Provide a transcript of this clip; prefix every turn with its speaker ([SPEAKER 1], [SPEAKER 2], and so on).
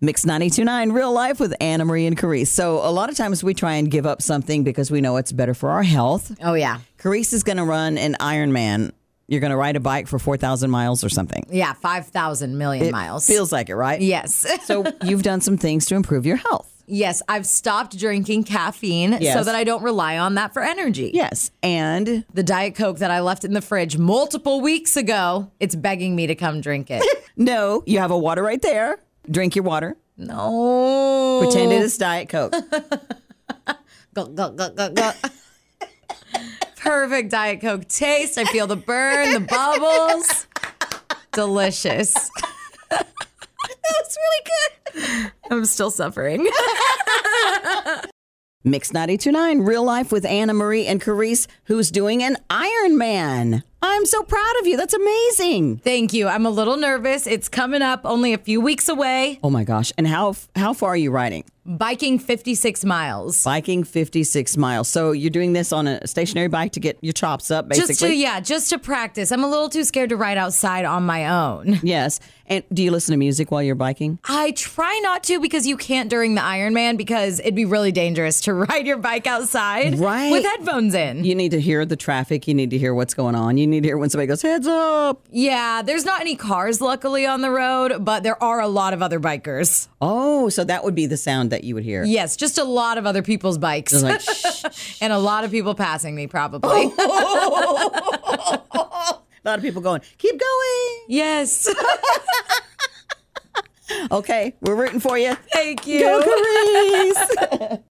[SPEAKER 1] Mix 929 Real Life with Anna Marie and Carice. So, a lot of times we try and give up something because we know it's better for our health.
[SPEAKER 2] Oh yeah,
[SPEAKER 1] Carice is going to run an Ironman. You're going to ride a bike for 4,000 miles or something.
[SPEAKER 2] yeah, five thousand million
[SPEAKER 1] It
[SPEAKER 2] miles.
[SPEAKER 1] Feels like it, right?
[SPEAKER 2] yes,
[SPEAKER 1] So, you've done some things to improve your health.
[SPEAKER 2] yes. I've stopped drinking caffeine so
[SPEAKER 1] Yes.
[SPEAKER 2] that I don't rely on that for energy.
[SPEAKER 1] Yes. And
[SPEAKER 2] The diet coke that I left in the fridge multiple weeks ago, it's begging me to come drink it.
[SPEAKER 1] no, you have a water right there. Drink your water.
[SPEAKER 2] no,
[SPEAKER 1] Pretend it is Diet Coke.
[SPEAKER 2] Glug, glug, glug, glug, glug. Perfect Diet Coke taste. I feel the burn, the bubbles. Delicious. That's really good. I'm still suffering.
[SPEAKER 1] Mix 929 Real Life with Anna Marie and Carice, who's doing an Ironman. I'm so proud of you. That's amazing.
[SPEAKER 2] Thank you. I'm a little nervous. It's coming up only a few weeks away.
[SPEAKER 1] Oh my gosh. And how how far are you riding?
[SPEAKER 2] Biking 56 miles.
[SPEAKER 1] Biking 56 miles. So you're doing this on a stationary bike to get your chops up, basically.
[SPEAKER 2] Just to, yeah, just to practice. I'm a little too scared to ride outside on my own.
[SPEAKER 1] Yes. And do you listen to music while you're biking?
[SPEAKER 2] I try not to because you can't during the Ironman because it'd be really dangerous to ride your bike outside
[SPEAKER 1] Right.
[SPEAKER 2] with headphones in.
[SPEAKER 1] You need to hear the traffic. You need to hear what's going on. You need to hear when somebody goes, heads up.
[SPEAKER 2] Yeah, there's not any cars luckily on the road, but there are a lot of other bikers.
[SPEAKER 1] Oh, so that would be the sound that you would hear.
[SPEAKER 2] Yes, just a lot of other people's bikes.
[SPEAKER 1] It's like, Oh. shh, shh.
[SPEAKER 2] and a lot of people passing me probably.
[SPEAKER 1] a lot of people going, keep going.
[SPEAKER 2] yes.
[SPEAKER 1] Okay, we're rooting for you.
[SPEAKER 2] Thank you.
[SPEAKER 1] Go, Carice.